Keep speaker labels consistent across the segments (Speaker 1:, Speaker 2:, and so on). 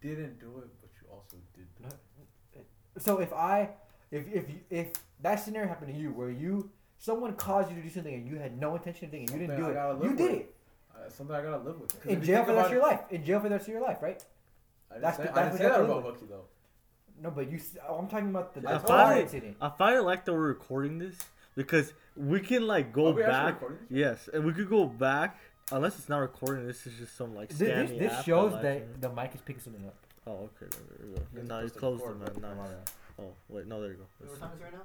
Speaker 1: didn't do it, but you also did do
Speaker 2: No.
Speaker 1: it.
Speaker 2: So if I, if if you, if that scenario happened to you, where you someone caused you to do something and you had no intention of doing it, you didn't
Speaker 1: Something I
Speaker 2: do
Speaker 1: gotta
Speaker 2: it.
Speaker 1: live
Speaker 2: You did
Speaker 1: with.
Speaker 2: it.
Speaker 1: Uh, something I gotta live with. 'Cause if
Speaker 2: In
Speaker 1: you
Speaker 2: jail
Speaker 1: think
Speaker 2: for the
Speaker 1: about
Speaker 2: rest of your
Speaker 1: it-
Speaker 2: life. In jail for the rest of your life, right?
Speaker 1: I didn't
Speaker 2: That's
Speaker 1: say,
Speaker 2: the-
Speaker 1: I
Speaker 2: that's
Speaker 1: didn't
Speaker 2: what
Speaker 1: say
Speaker 2: you
Speaker 1: that
Speaker 2: gotta live
Speaker 1: about Bucky though.
Speaker 2: No, but you. s- I'm talking about the,
Speaker 1: Yeah,
Speaker 2: the
Speaker 1: that's
Speaker 2: car
Speaker 1: fine.
Speaker 2: incident.
Speaker 3: I finally like that we're recording this because we can like go
Speaker 1: Are Oh, we actually
Speaker 3: back.
Speaker 1: recording this?
Speaker 3: Yes, and we could go back unless it's not recording. This is just some like
Speaker 2: Th-
Speaker 3: scammy
Speaker 2: This, this
Speaker 3: app
Speaker 2: shows
Speaker 3: likes
Speaker 2: that
Speaker 3: it.
Speaker 2: the mic is picking something up.
Speaker 3: Oh, okay. There we go.
Speaker 1: You're
Speaker 3: No, you
Speaker 1: supposed to
Speaker 3: closed it,
Speaker 1: record, but-
Speaker 3: man. No, no. Oh, wait. No, there you go.
Speaker 4: What
Speaker 3: That's-
Speaker 4: time is it right now?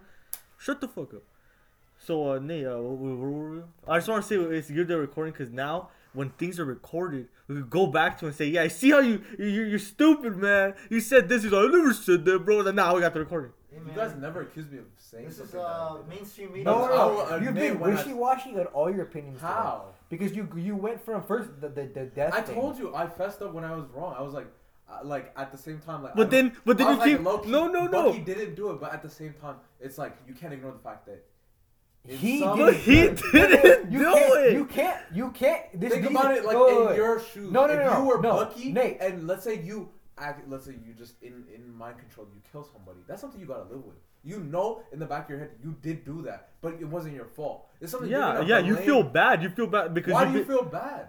Speaker 3: Shut the fuck up. So, uh, Nate, uh, wh- wh- where were we? I just want to say it's good they're recording because now when things are recorded, we could go back to it and say, yeah, I see how you, you you're, you're stupid, man. You said this. He's like, I never said that, bro. Then now we got the recording.
Speaker 4: Hey,
Speaker 1: You
Speaker 4: man,
Speaker 1: guys never accused me of saying
Speaker 4: This is
Speaker 1: something that I
Speaker 4: uh,
Speaker 1: didn't.
Speaker 4: mainstream media.
Speaker 2: No, no,
Speaker 1: I
Speaker 2: no.
Speaker 1: will
Speaker 2: You've
Speaker 1: admit
Speaker 2: been
Speaker 1: when I-
Speaker 2: wishy-washy on all your
Speaker 4: uh,
Speaker 2: opinions. today.
Speaker 1: How?
Speaker 2: Because you you went from first the the, the death.
Speaker 1: I
Speaker 2: thing.
Speaker 1: told you I fessed up when I was wrong. I was like, I- like at the same time, like. I
Speaker 3: But
Speaker 1: don't-
Speaker 3: then, but then
Speaker 1: I
Speaker 3: you
Speaker 1: was like,
Speaker 3: keep
Speaker 1: low-key,
Speaker 3: no, no,
Speaker 1: Bucky
Speaker 3: no.
Speaker 1: didn't do it, but at the same time, it's like you can't ignore the fact that in
Speaker 2: He
Speaker 1: some-
Speaker 2: did
Speaker 3: But he
Speaker 2: it.
Speaker 3: didn't
Speaker 2: you
Speaker 3: do
Speaker 2: can't,
Speaker 3: it.
Speaker 2: You can't. You can't. This
Speaker 1: Think
Speaker 2: these-
Speaker 1: about it like
Speaker 2: wait, wait,
Speaker 1: in
Speaker 2: wait.
Speaker 1: your shoes.
Speaker 2: No, no,
Speaker 1: if
Speaker 2: no, no,
Speaker 1: You were
Speaker 2: no.
Speaker 1: Bucky,
Speaker 2: Nate.
Speaker 1: and let's say you, act, let's say you just in in mind control, you kill somebody. That's something you gotta live with. You know, in the back of your head, you did do that, but it wasn't your fault. It's something. you're
Speaker 3: Yeah,
Speaker 1: gonna
Speaker 3: yeah. You
Speaker 1: blame.
Speaker 3: feel bad. You feel bad because
Speaker 1: Why
Speaker 3: you
Speaker 1: do you
Speaker 3: be-
Speaker 1: feel bad?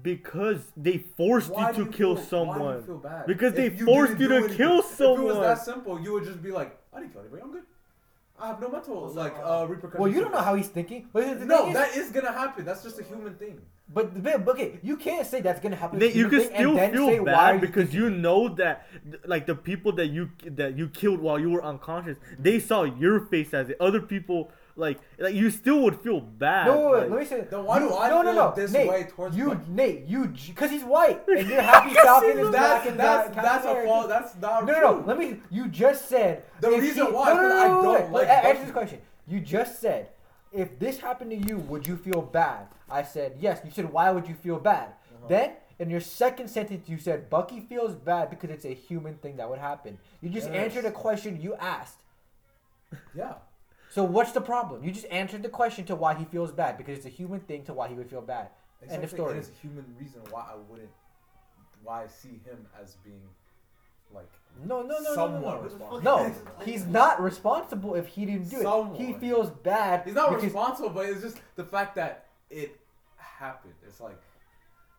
Speaker 3: because they forced
Speaker 1: Why
Speaker 3: you
Speaker 1: do
Speaker 3: to
Speaker 1: you
Speaker 3: kill
Speaker 1: feel- why do you
Speaker 3: someone.
Speaker 1: feel bad?
Speaker 3: Because they
Speaker 1: If you
Speaker 3: forced
Speaker 1: didn't
Speaker 3: you
Speaker 1: do
Speaker 3: to
Speaker 1: anything-
Speaker 3: kill
Speaker 1: If it was
Speaker 3: someone.
Speaker 1: that simple, you would just be like, I didn't kill anybody. I'm good. I have no mental
Speaker 4: Well, so,
Speaker 1: like
Speaker 4: uh,
Speaker 1: uh, repercussions.
Speaker 2: Well, you don't
Speaker 1: of
Speaker 2: know
Speaker 1: this."
Speaker 2: how he's thinking. But the thing
Speaker 1: No,
Speaker 2: is-
Speaker 1: that is gonna happen. That's just a human thing.
Speaker 2: But the bit- okay, you can't say that's gonna happen. to
Speaker 3: Nate, you
Speaker 2: human
Speaker 3: can
Speaker 2: thing and
Speaker 3: still
Speaker 2: then say
Speaker 3: feel
Speaker 2: why
Speaker 3: bad
Speaker 2: you
Speaker 3: because
Speaker 2: think-
Speaker 3: you know that, th- like the people that you that you killed while you were unconscious, they saw your face as it. Other people, like like you still would feel bad.
Speaker 2: No, wait, wait,
Speaker 3: like-
Speaker 2: let me say.
Speaker 1: Then why
Speaker 2: you-
Speaker 1: do I
Speaker 2: no, no,
Speaker 1: feel
Speaker 2: no,
Speaker 1: this
Speaker 2: Nate,
Speaker 1: way towards
Speaker 2: you,
Speaker 1: Bucky?
Speaker 2: Nate? You, because he's white and you're happy Falcon is black
Speaker 1: That's
Speaker 2: and
Speaker 1: that's
Speaker 2: Captain
Speaker 1: that's a
Speaker 2: America.
Speaker 1: fault. That's not
Speaker 2: No,
Speaker 1: true.
Speaker 2: no, no. Let me. You just said
Speaker 1: The
Speaker 2: if
Speaker 1: reason
Speaker 2: he-
Speaker 1: why
Speaker 2: No, no, no,
Speaker 1: I
Speaker 2: no,
Speaker 1: don't
Speaker 2: wait, wait,
Speaker 1: like
Speaker 2: a- Answer
Speaker 1: Bucky.
Speaker 2: this question. You just said if this happened to you, would you feel bad? I said yes. You said why would you feel bad?
Speaker 1: Uh-huh.
Speaker 2: Then in your second sentence, you said Bucky feels bad because it's a human thing that would happen. You just
Speaker 1: Yes.
Speaker 2: answered a question you asked.
Speaker 1: Yeah.
Speaker 2: So what's the problem? You just answered the question to why he feels bad because it's a human thing to why he would feel bad. End of
Speaker 1: Exactly,
Speaker 2: story.
Speaker 1: And it's a human reason why I wouldn't, why I see him as being, like,
Speaker 2: No, no, no, no, no,
Speaker 1: somewhat
Speaker 2: no.
Speaker 1: responsible.
Speaker 2: No, he's not responsible if he didn't do it. He
Speaker 1: Someone.
Speaker 2: feels bad.
Speaker 1: He's not
Speaker 2: because
Speaker 1: responsible, but it's just the fact that it happened. It's like,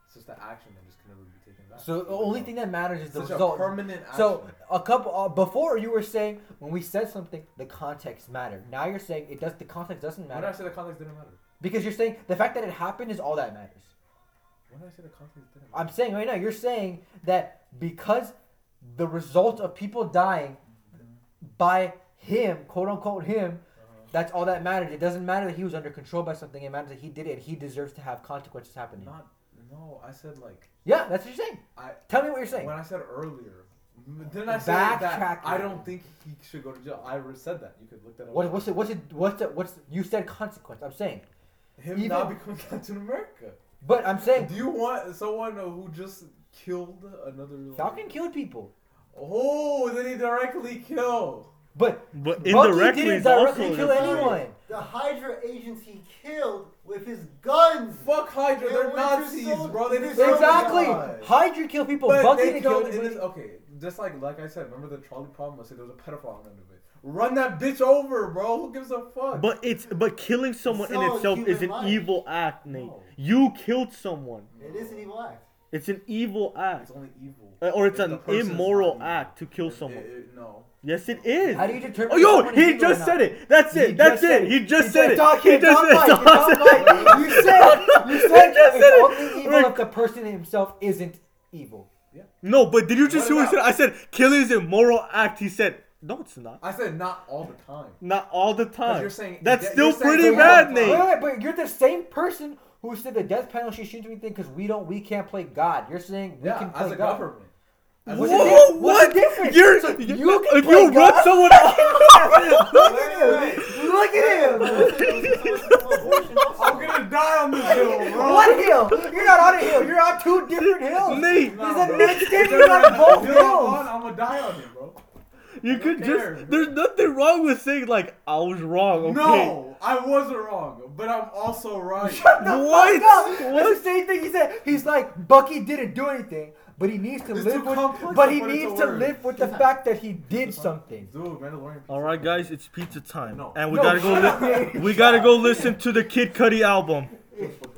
Speaker 1: it's just the action that just can never be taken back.
Speaker 2: So the only thing that matters is the
Speaker 1: Such a
Speaker 2: result.
Speaker 1: permanent
Speaker 2: So
Speaker 1: action.
Speaker 2: a couple uh, before you were saying when we said something, the context mattered. Now you're saying it does. The context doesn't
Speaker 1: When I
Speaker 2: matter
Speaker 1: say the context didn't matter.
Speaker 2: because you're saying the fact that it happened is all that matters.
Speaker 1: When I say the context didn't matter.
Speaker 2: I'm saying right now you're saying that because the result of people dying by him, quote unquote him,
Speaker 1: Uh-huh.
Speaker 2: that's all that mattered. It doesn't matter that he was under control by something. It matters that he did it. and He deserves to have consequences happening.
Speaker 1: Not, no, I said, like,
Speaker 2: yeah, that's what you're saying.
Speaker 1: I.
Speaker 2: Tell me what you're saying.
Speaker 1: When I said earlier, m- didn't I say that
Speaker 2: Backtrack.
Speaker 1: I don't think he should go to jail? I re- said that. You could look that up.
Speaker 2: What, what's it? What's it? What's it? What's you said consequence? I'm saying,
Speaker 1: Him
Speaker 2: even-
Speaker 1: not becoming Captain America.
Speaker 2: but I'm
Speaker 1: Do
Speaker 2: saying
Speaker 1: you want someone who just killed another? like-
Speaker 2: Falcon killed people,
Speaker 1: Oh, did he directly kill?
Speaker 2: but
Speaker 3: But
Speaker 2: Bucky
Speaker 3: indirectly,
Speaker 2: didn't
Speaker 3: it's also
Speaker 2: directly kill
Speaker 3: an-
Speaker 2: anyone.
Speaker 4: The Hydra agents he killed with his guns.
Speaker 1: Fuck Hydra,
Speaker 4: They're
Speaker 1: they're
Speaker 4: Winter
Speaker 1: Nazis,
Speaker 4: Soldier.
Speaker 1: bro. They didn't kill
Speaker 2: Exactly.
Speaker 1: anybody.
Speaker 2: Hydra killed people.
Speaker 1: But
Speaker 2: Bucky
Speaker 1: they
Speaker 2: didn't kill
Speaker 1: killed. in
Speaker 2: anybody.
Speaker 1: this- okay, just like like I said, remember the trolley problem? I said there was a pedophile on the end of it. Run that bitch over, bro. Who gives a fuck?
Speaker 3: But it's but killing someone in
Speaker 4: all
Speaker 3: itself is
Speaker 4: human
Speaker 3: an
Speaker 4: life.
Speaker 3: evil act, Nate.
Speaker 1: No.
Speaker 3: You killed someone.
Speaker 4: It is an evil act.
Speaker 3: It's an evil
Speaker 1: it's
Speaker 3: act,
Speaker 1: only evil.
Speaker 3: Uh, or it's
Speaker 1: if
Speaker 3: an
Speaker 1: the person's
Speaker 3: immoral
Speaker 1: not evil.
Speaker 3: act to kill
Speaker 1: It-
Speaker 3: someone.
Speaker 1: it- it- no.
Speaker 3: Yes, it is.
Speaker 2: How do you determine?
Speaker 3: Oh,
Speaker 2: if
Speaker 3: yo,
Speaker 2: someone is
Speaker 3: he
Speaker 2: evil or
Speaker 3: just
Speaker 2: not?
Speaker 3: said it. That's
Speaker 2: He
Speaker 3: it. That's
Speaker 2: just said
Speaker 3: it. He just said it.
Speaker 2: Talk,
Speaker 3: He just said it.
Speaker 2: Talk, talk,
Speaker 3: Talk,
Speaker 2: talk. You said. You said.
Speaker 3: He just said it.
Speaker 2: it's only evil
Speaker 3: Rick.
Speaker 2: if the person himself isn't evil.
Speaker 3: No, but did you just
Speaker 1: What
Speaker 3: hear what he said?
Speaker 1: about-
Speaker 3: I said killing is immoral act. He said no, it's not.
Speaker 1: I said not all the time.
Speaker 3: Not all the time.
Speaker 1: you're saying-
Speaker 3: That's
Speaker 1: you're
Speaker 3: still
Speaker 1: saying
Speaker 3: pretty
Speaker 1: you're
Speaker 3: bad,
Speaker 1: wrong.
Speaker 2: Wait,
Speaker 3: Nate.
Speaker 2: wait, but you're the same person who said the death penalty shouldn't do anything because we don't, we can't play God. You're saying we
Speaker 1: Yeah,
Speaker 2: can play
Speaker 1: as a
Speaker 2: God.
Speaker 1: government. As
Speaker 2: What's
Speaker 1: a
Speaker 2: the
Speaker 1: government.
Speaker 2: difference? What's
Speaker 3: Whoa, what?
Speaker 2: the difference?
Speaker 3: You're,
Speaker 2: So
Speaker 3: you
Speaker 2: you can
Speaker 3: if
Speaker 2: play
Speaker 3: you run
Speaker 2: God.
Speaker 3: someone off,
Speaker 2: Look at him! Look at him!
Speaker 4: I'm
Speaker 1: I'm gonna die on this hill, bro.
Speaker 2: What hill? You're not on a hill. You're on two different hills.
Speaker 3: Nate.
Speaker 2: There's
Speaker 1: Nah,
Speaker 2: a
Speaker 1: bro.
Speaker 2: next
Speaker 1: If
Speaker 2: game.
Speaker 1: they're
Speaker 2: You're on
Speaker 1: not
Speaker 2: both
Speaker 1: built on,
Speaker 2: hills.
Speaker 1: I'm gonna die on him, bro.
Speaker 3: you could
Speaker 1: care.
Speaker 3: just. There's nothing wrong with saying like I was wrong. Okay.
Speaker 1: No, I wasn't wrong, but I'm also right.
Speaker 2: Shut the
Speaker 3: What?
Speaker 2: fuck up. That's
Speaker 3: What?
Speaker 2: the same thing he said. He's like Bucky didn't do anything, but he needs to
Speaker 1: It's
Speaker 2: live
Speaker 1: too
Speaker 2: with.
Speaker 1: complex
Speaker 2: But
Speaker 1: to
Speaker 2: he
Speaker 1: put into
Speaker 2: needs to
Speaker 1: words.
Speaker 2: live with the fact that he did something.
Speaker 1: Dude, Mandalorian. pizza.
Speaker 3: All right, guys, it's pizza time,
Speaker 1: No.
Speaker 3: and we
Speaker 2: No,
Speaker 3: gotta
Speaker 2: shut
Speaker 3: go.
Speaker 2: up,
Speaker 3: Li-
Speaker 2: man.
Speaker 3: we gotta go listen to the Kid Cudi album.